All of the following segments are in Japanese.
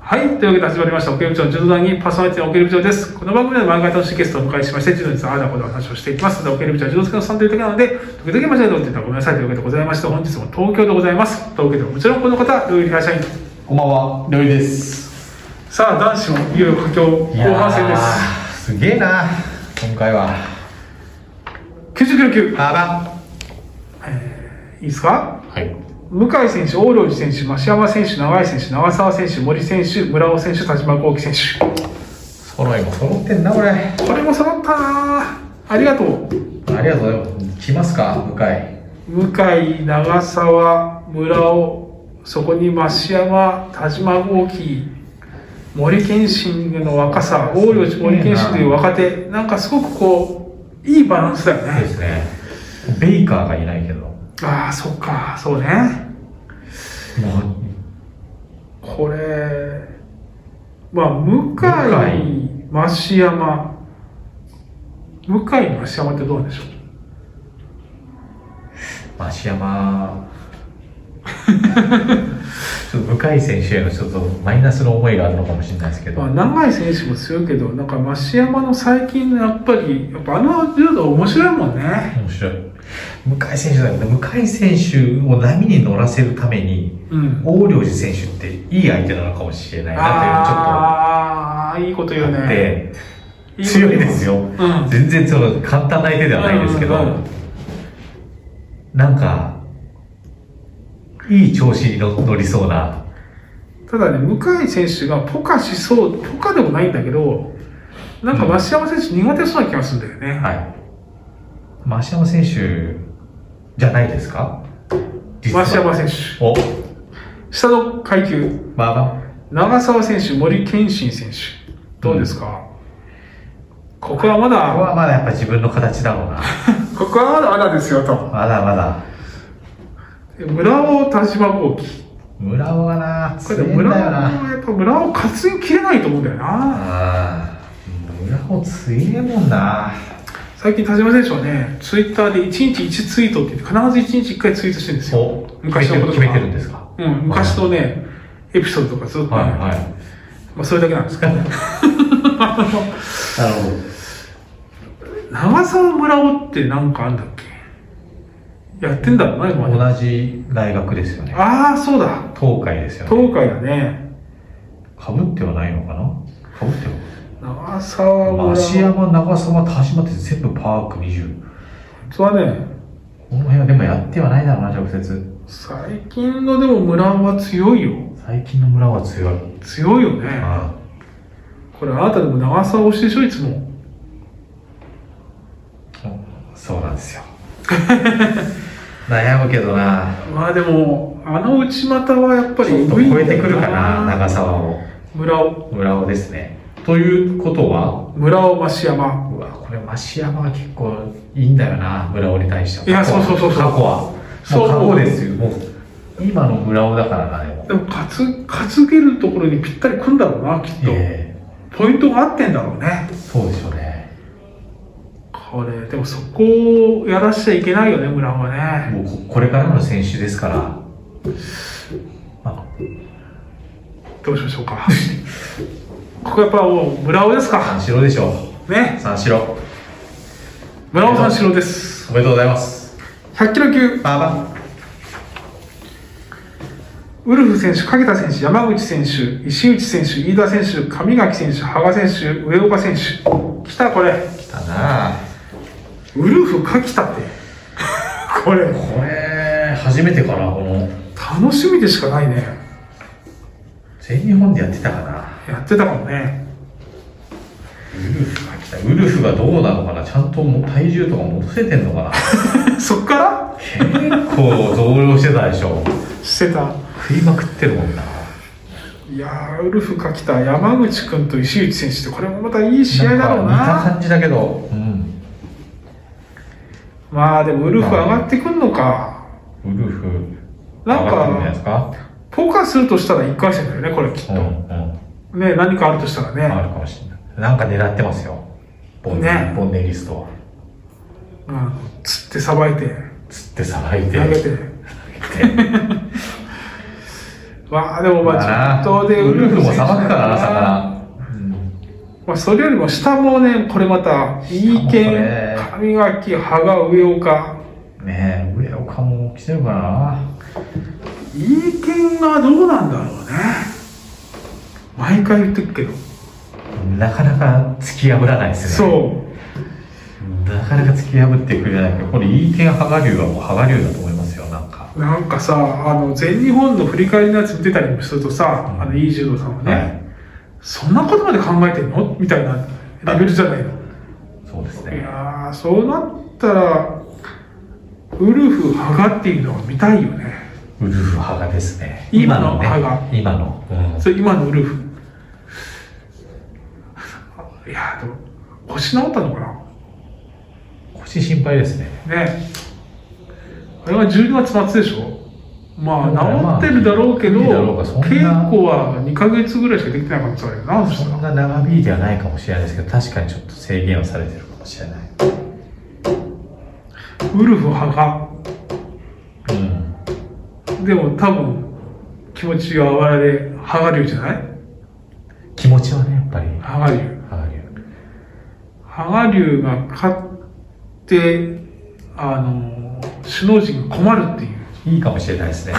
はい。というわけで始まりました、奥部長の柔道談義、パーソナリティの奥部長です。この番組では漫画家としてゲストをお迎えしまして、柔道についてああだこうだお話をしていきます。ので、奥部長は柔道好きのおっさんというだけなので、時々間違えたこと言ったらごめんなさいというわけでございまして、本日も東京でございます。東京でももちろんこの方、料理会社員。こんばんは、りょうりです。。さあ、男子もいよいよ佳境後半戦ですすげえな、今回は。す。90キロ級。あば。いいですかはい。向井選手、大領事選手、増山選手、長井選手、長澤選手、森選手、村尾選手、田島幸輝選揃いも揃ってんな、これ。あ手。これも揃ったなあありがとう。りがとうございます。来ますか、向井。向井、長沢、村尾、そこに増山、田島豪輝、森健信の若さ、大吉森健信という若手、なんかすごくこう、いいバランスだよね。すね。ベイカーがいないけど。もああ、そっか、そうね。これ、まあ、向井、増山、向井、増山ってどうでしょうう、増山。ちょっと向井選手へのちょっとマイナスの思いがあるのかもしれないですけど。まあ、長井選手も強いけど、なんか増山の最近のやっぱり、やっぱあの柔道面白いもんね。面白い。向井選手だけど、向井選手を波に乗らせるために、うん。大領事選手っていい相手なのかもしれないなああーいいことという言のうをちょっと思っねて、強いですよ、うん全然その簡単な相手ではないですけど、うんうんうんなんかいい調子に乗乗りそうなただね向井選手がポカしそうポカでもないんだけどなんか増山選手苦手そうな気がするんだよね、はい増山選手じゃないですか実は増山選手お下の階級まあま長澤選手森健信選手どうですか、ここはまあここだはまだやっぱ自分の形だろうなここはまだまだですよとまだまだ村尾田島豪輝村尾がなこれで強いん村尾だよなはやっぱ村尾担ぎきれないと思うんだよなああ、村尾強えもんな。最近田島選手はねツイッターで1日1ツイートって言って必ず1日1回ツイートしてるんですよお、昔のことと決かめてるんですか。うん、昔のね、エピソードとかずっとね、はいはまあ、それだけなんです けど、い。なるほど。長澤村尾ってなんかあんだっけやってんだろうな、今まで。同じ大学ですよね。ああ、そうだ。東海ですよね。東海だね。かぶってはないのかなかぶってる長澤村尾。芦山、長沢、田島って全部パーク20。それはね、この辺はでもやってはないだろうな、直接。最近のでも村尾は強いよ。最近の村は強い。強いよね。あこれあなたでも長澤推しでしょ、いつも。あそうなんですよ。 悩むけどな。まあでも、あの内股はやっぱちょりっと超えてくるかな、澤長沢を。村尾、村尾ですね。ということは、村尾増山。うわこれ増山は結構いいんだよな村尾に対してはやい過去はそうそうそうそう過去はそうもう過去ですよもう今の村尾だからなでもでも担、担げるところにぴったり組んだろうな、きっと。えポイントが合ってんだろうねえそうでしょうねこれでもそこをやらしちゃいけないよね村尾はねもうここれからの選手ですからあどうしましょうか ここやっぱもう村尾ですか三四郎でしょうね三四郎村尾三四郎ですおめでとうございます100キロ級バーバウルフ選手影田選手山口選手石内選手飯田選手上垣選手羽賀選手上岡選手来たこれ来たなあウルフ柿田って これこれ初めてかなこの楽しみでしかないね全日本でやってたかなやってたかもねウルフが来たウルフがどうなのかなちゃんともう体重とか戻せてんのか なそっから結構増量してたでしょしてた食いまくってるもんないやーウルフか来た山口君と石内選手ってこれもまたいい試合だろうなんか似た感じだけど、うん、まあでもウルフ上がってくんのかウルフなんか上がってるんじゃないですかポカするとしたら1回戦だよねこれきっと、うんうねん何かあるとしたらね、あるかもしれないなんか狙ってますよボンネ,、ねボンネリストはうん、釣ってさばいて釣ってさばいて投げて投げてわあ、でも ままあ、あ中東でウルフも選手さばく からな、ま魚。うんあ、それよりも下もね、これまた、いい下もけねん、歯磨き、歯が上岡。ねえ、上岡も来てるからな。いいけんがどうなんだろうね。毎回言ってるけど。なかなか突き破らないですね。そう。そう。なかなか突き破ってくれないけど、これ、いい点羽賀龍はもう羽賀龍だと思いますよ、なんか。なんかさ、あの、全日本の振り返りのやつ見てたりもするとさ、あの、いい柔道さんはね、はい。そんなことまで考えてんのみたいなレベルじゃないの。そうですいね。やー、そうなったら、ウルフ、ハガっていうのは見たいよね。ウルフ羽賀ですね。今のね羽賀。今の。うんそれ今のウルフ。いやー、でも、腰治ったのか腰心配ですね。なねあれは12月末でしょまあ、治ってるだろうけど、まあいいだろうがそんな稽古は2ヶ月ぐらいしかできてない可能性あるよな、そしたそらんな長引いてはないかもしれないですけど、確かにちょっと制限をされてるかもしれない。ウルフ、ハガ。うん。でも多分、気持ちがあわらで、ハガ流じゃない気持ちはね、やっぱり。ハガ流。羽賀龍。羽賀龍が勝って、あの、首脳陣が困るっていう。いいかもしれないですね。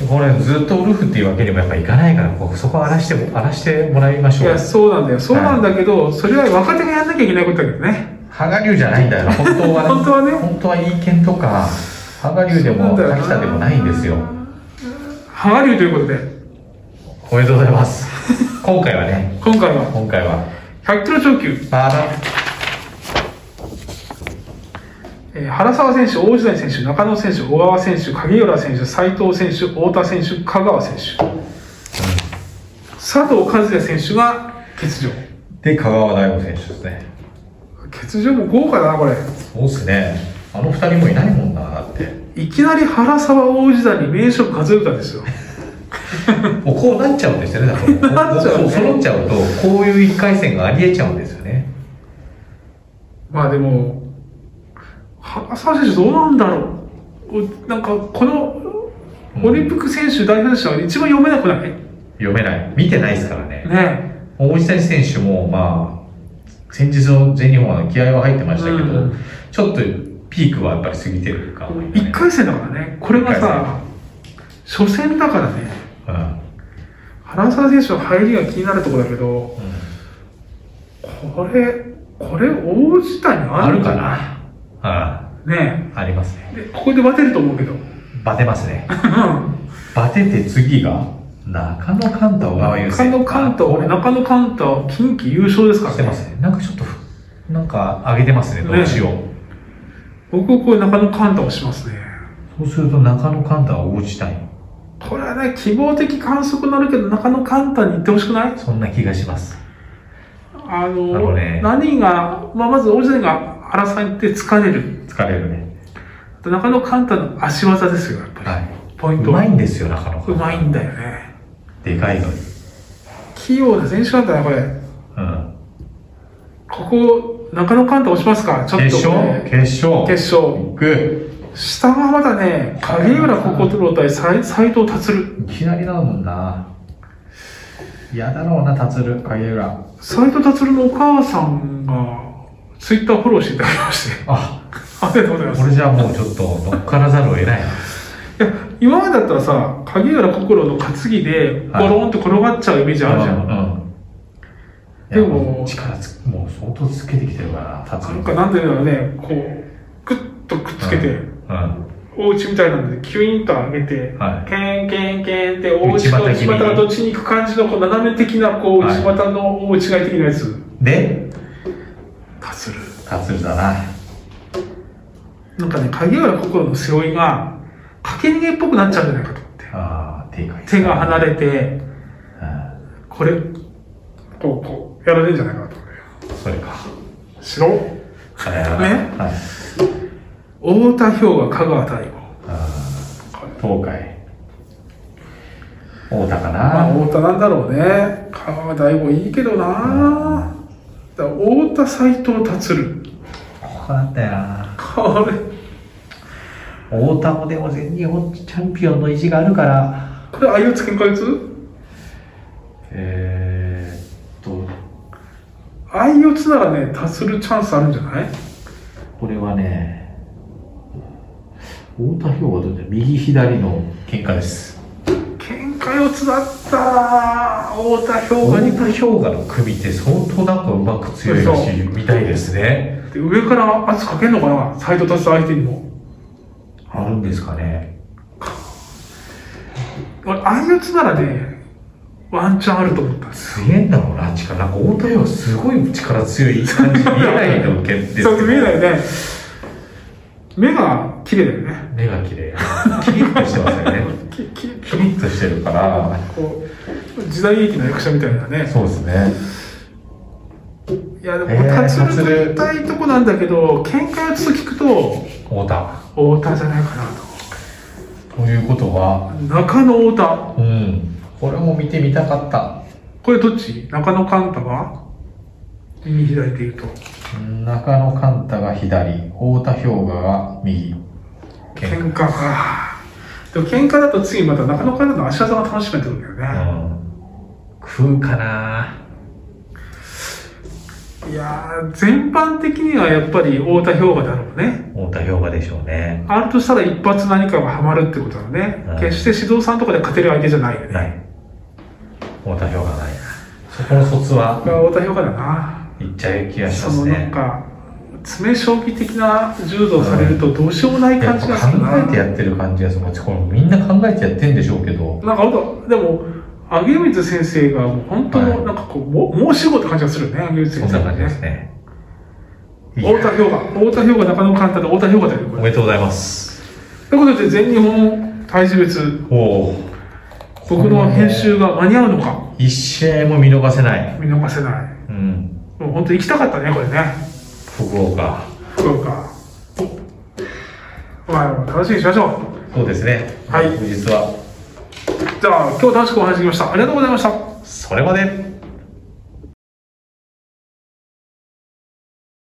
うん、これずっとウルフっていうわけにもやっぱいかないから、こうそこは荒らしても、荒らしてもらいましいょうや、。そうなんだよ。そうなんだけど、それは若手がやんなきゃいけないことだけどね。羽賀龍じゃないんだよな、本当は、本当はね本当はいい剣とか、羽賀龍でも、そうなんだよな滝田でもないんですよ。羽賀龍ということで、おめでとうございます。今回はね、今回は今回は、 100キロ超級、パーえー原沢選手、大時代選手、中野選手、小川選手、影浦選手、斉藤選手、太田選手、香川選手。佐藤和也選手が欠場。で、香川大悟選手ですね。欠場も豪華だな、これ。そうっすね。あの二人もいないもんな、だって。 いきなり原沢大時代に名所数え歌ですよ。もうこうなっちゃうんですよね、だから。なっちゃうねこう揃っちゃうと、こういう一回戦がありえちゃうんですよね。まあでも、原沢選手どうなんだろう。おなんか、この、うんオリンピック選手代表者は一番読めなくない読めない。見てないですからね。ね大石谷選手も、まあ、先日の全日本は気合は入ってましたけど、うんちょっとピークはやっぱり過ぎてるかもね、一回戦だからね。これがさ、初戦だからね。うん原沢選手の入りが気になるところだけど、うんこれ、これ大事態にああるるかかなな。ねうん。ありますね。でここでバテると思うけど。バテますね。中バテて次が、中野関東が優勢。野関東、俺中野関東、近畿優勝ですからしてねま。すね。なんかちょっと、なんか上げてますね、どうしよう。僕はこう中野関東をしますね。そうすると中野カンタは大地帯。これはね、希望的観測になるけど、中野簡単に行ってほしくないそんな気がします。あの、なるほどね何が、まあ、まず大勢が原さんに行って疲れる。疲れるね。あと中野簡単の足技ですよ、やっぱり。はい。ポイうントまは。いんですよ、中野カンうタ。まいんだよね。でかいのに。器用な選手なんだな、これ。うん。ここ、中野簡単押しますかちょっと、ね。決勝決勝決勝。行く。下はまだね、影浦心対斎斎藤達郎。いきなりだもんな。嫌だろうな、達郎、影浦。斎藤達郎のお母さんが、ツイッターフォローしていただきまして、 あ、ありがとうございますこ。れじゃもうちょっと乗っからざるを得ない。いや今までだったらさ影浦心の担ぎでゴはいロンって転がっちゃうイメージあるじゃん、うん。うん。でもいやう力つく、もう相当つけてきてるから、達郎。なんかなんていうのねこうグッとくっつけて、うん。おうちみたいなんでキュインと上げて、はいケンケンケンっておうち内と股内気味に股がどっちに行く感じのこう斜め的なこうはい内股の大違い的なやつで、達る達郎だな。なんかね影浦心の背負いが駆け逃げっぽくなっちゃうんじゃないかと思ってああ、でかい。手が離れてうこれこうこうやられるんじゃないかなと思ってん。それか。白ねはい。太田氷河香川大悟東海。大田かまあ、な。太田なんだろうね。川は大悟いいけどな。だから太田斎藤達る。ここだったよな。これ、太田もでも全日本チャンピオンの意地があるから、これ、あゆつ喧嘩四つえー、っと、あい四つならね、達するチャンスあるんじゃないこれはね、太田氷はどうだ右左の喧嘩です。喧嘩四つだったら、太田氷太河田に氷河の組って相当なんかうまく強いらしいみたいですね。で上から圧かけるのかな斎藤達相手にも。あるんですかね。俺、あい四つならね、ワンチャンあると思ったんです。強いんだろうな、力。なんか太田氷河すごい力強い感じ見えないの受けですけそどう、見えないね。目が綺麗だよね。目が綺麗。キリッとしてますよね。ききキリッとしてるから。こう、時代劇の役者みたいなね。そうですね。いや、でも、えー立ち立取るりたいとこなんだけど、喧嘩四つ聞くと、太田。太田じゃないかなということは、と。中野太田。うん。これも見てみたかった。これどっち中野寛太が右左で言うと。中野寛太が左、太田氷河が右。喧嘩か。でも喧嘩だと次また中野寛太の足技が楽しくなってくるんだよね。食うかないやー、全般的にはやっぱり太田氷河だろうね。太田氷河でしょうね。あるとしたら一発何かがハマるってことだね。うん決して指導さんとかで勝てる相手じゃないよね。ない。太田氷河ないな。そこの卒はこれ、は太田氷河だな。いっちゃう気がしそますのなんね。か、詰将棋的な柔道されるとどうしようもないや感っじがぱするな。考えてやってる感じがする。これみんな考えてやってんでしょうけど。なんかほんと、でも、上水先生がもう本当はの、いなんかこう、も申し子って感じがするよね、上水そ先ん生がな感じですね。ね。いや太田氷河、太田氷河、中野寛太で太田氷河だよ、こおれ。めでとうございます。ということで、全日本体重別、おお。僕の編集が間に合うのか、一試合も見逃せない。見逃せない。うん。もう本当行きたかったね、これね。福岡。福岡。まあ、楽しみにしましょそうですね。はい翌日は、う。じゃあ、今日楽しくお話しできました。ありがとうございました。それまで。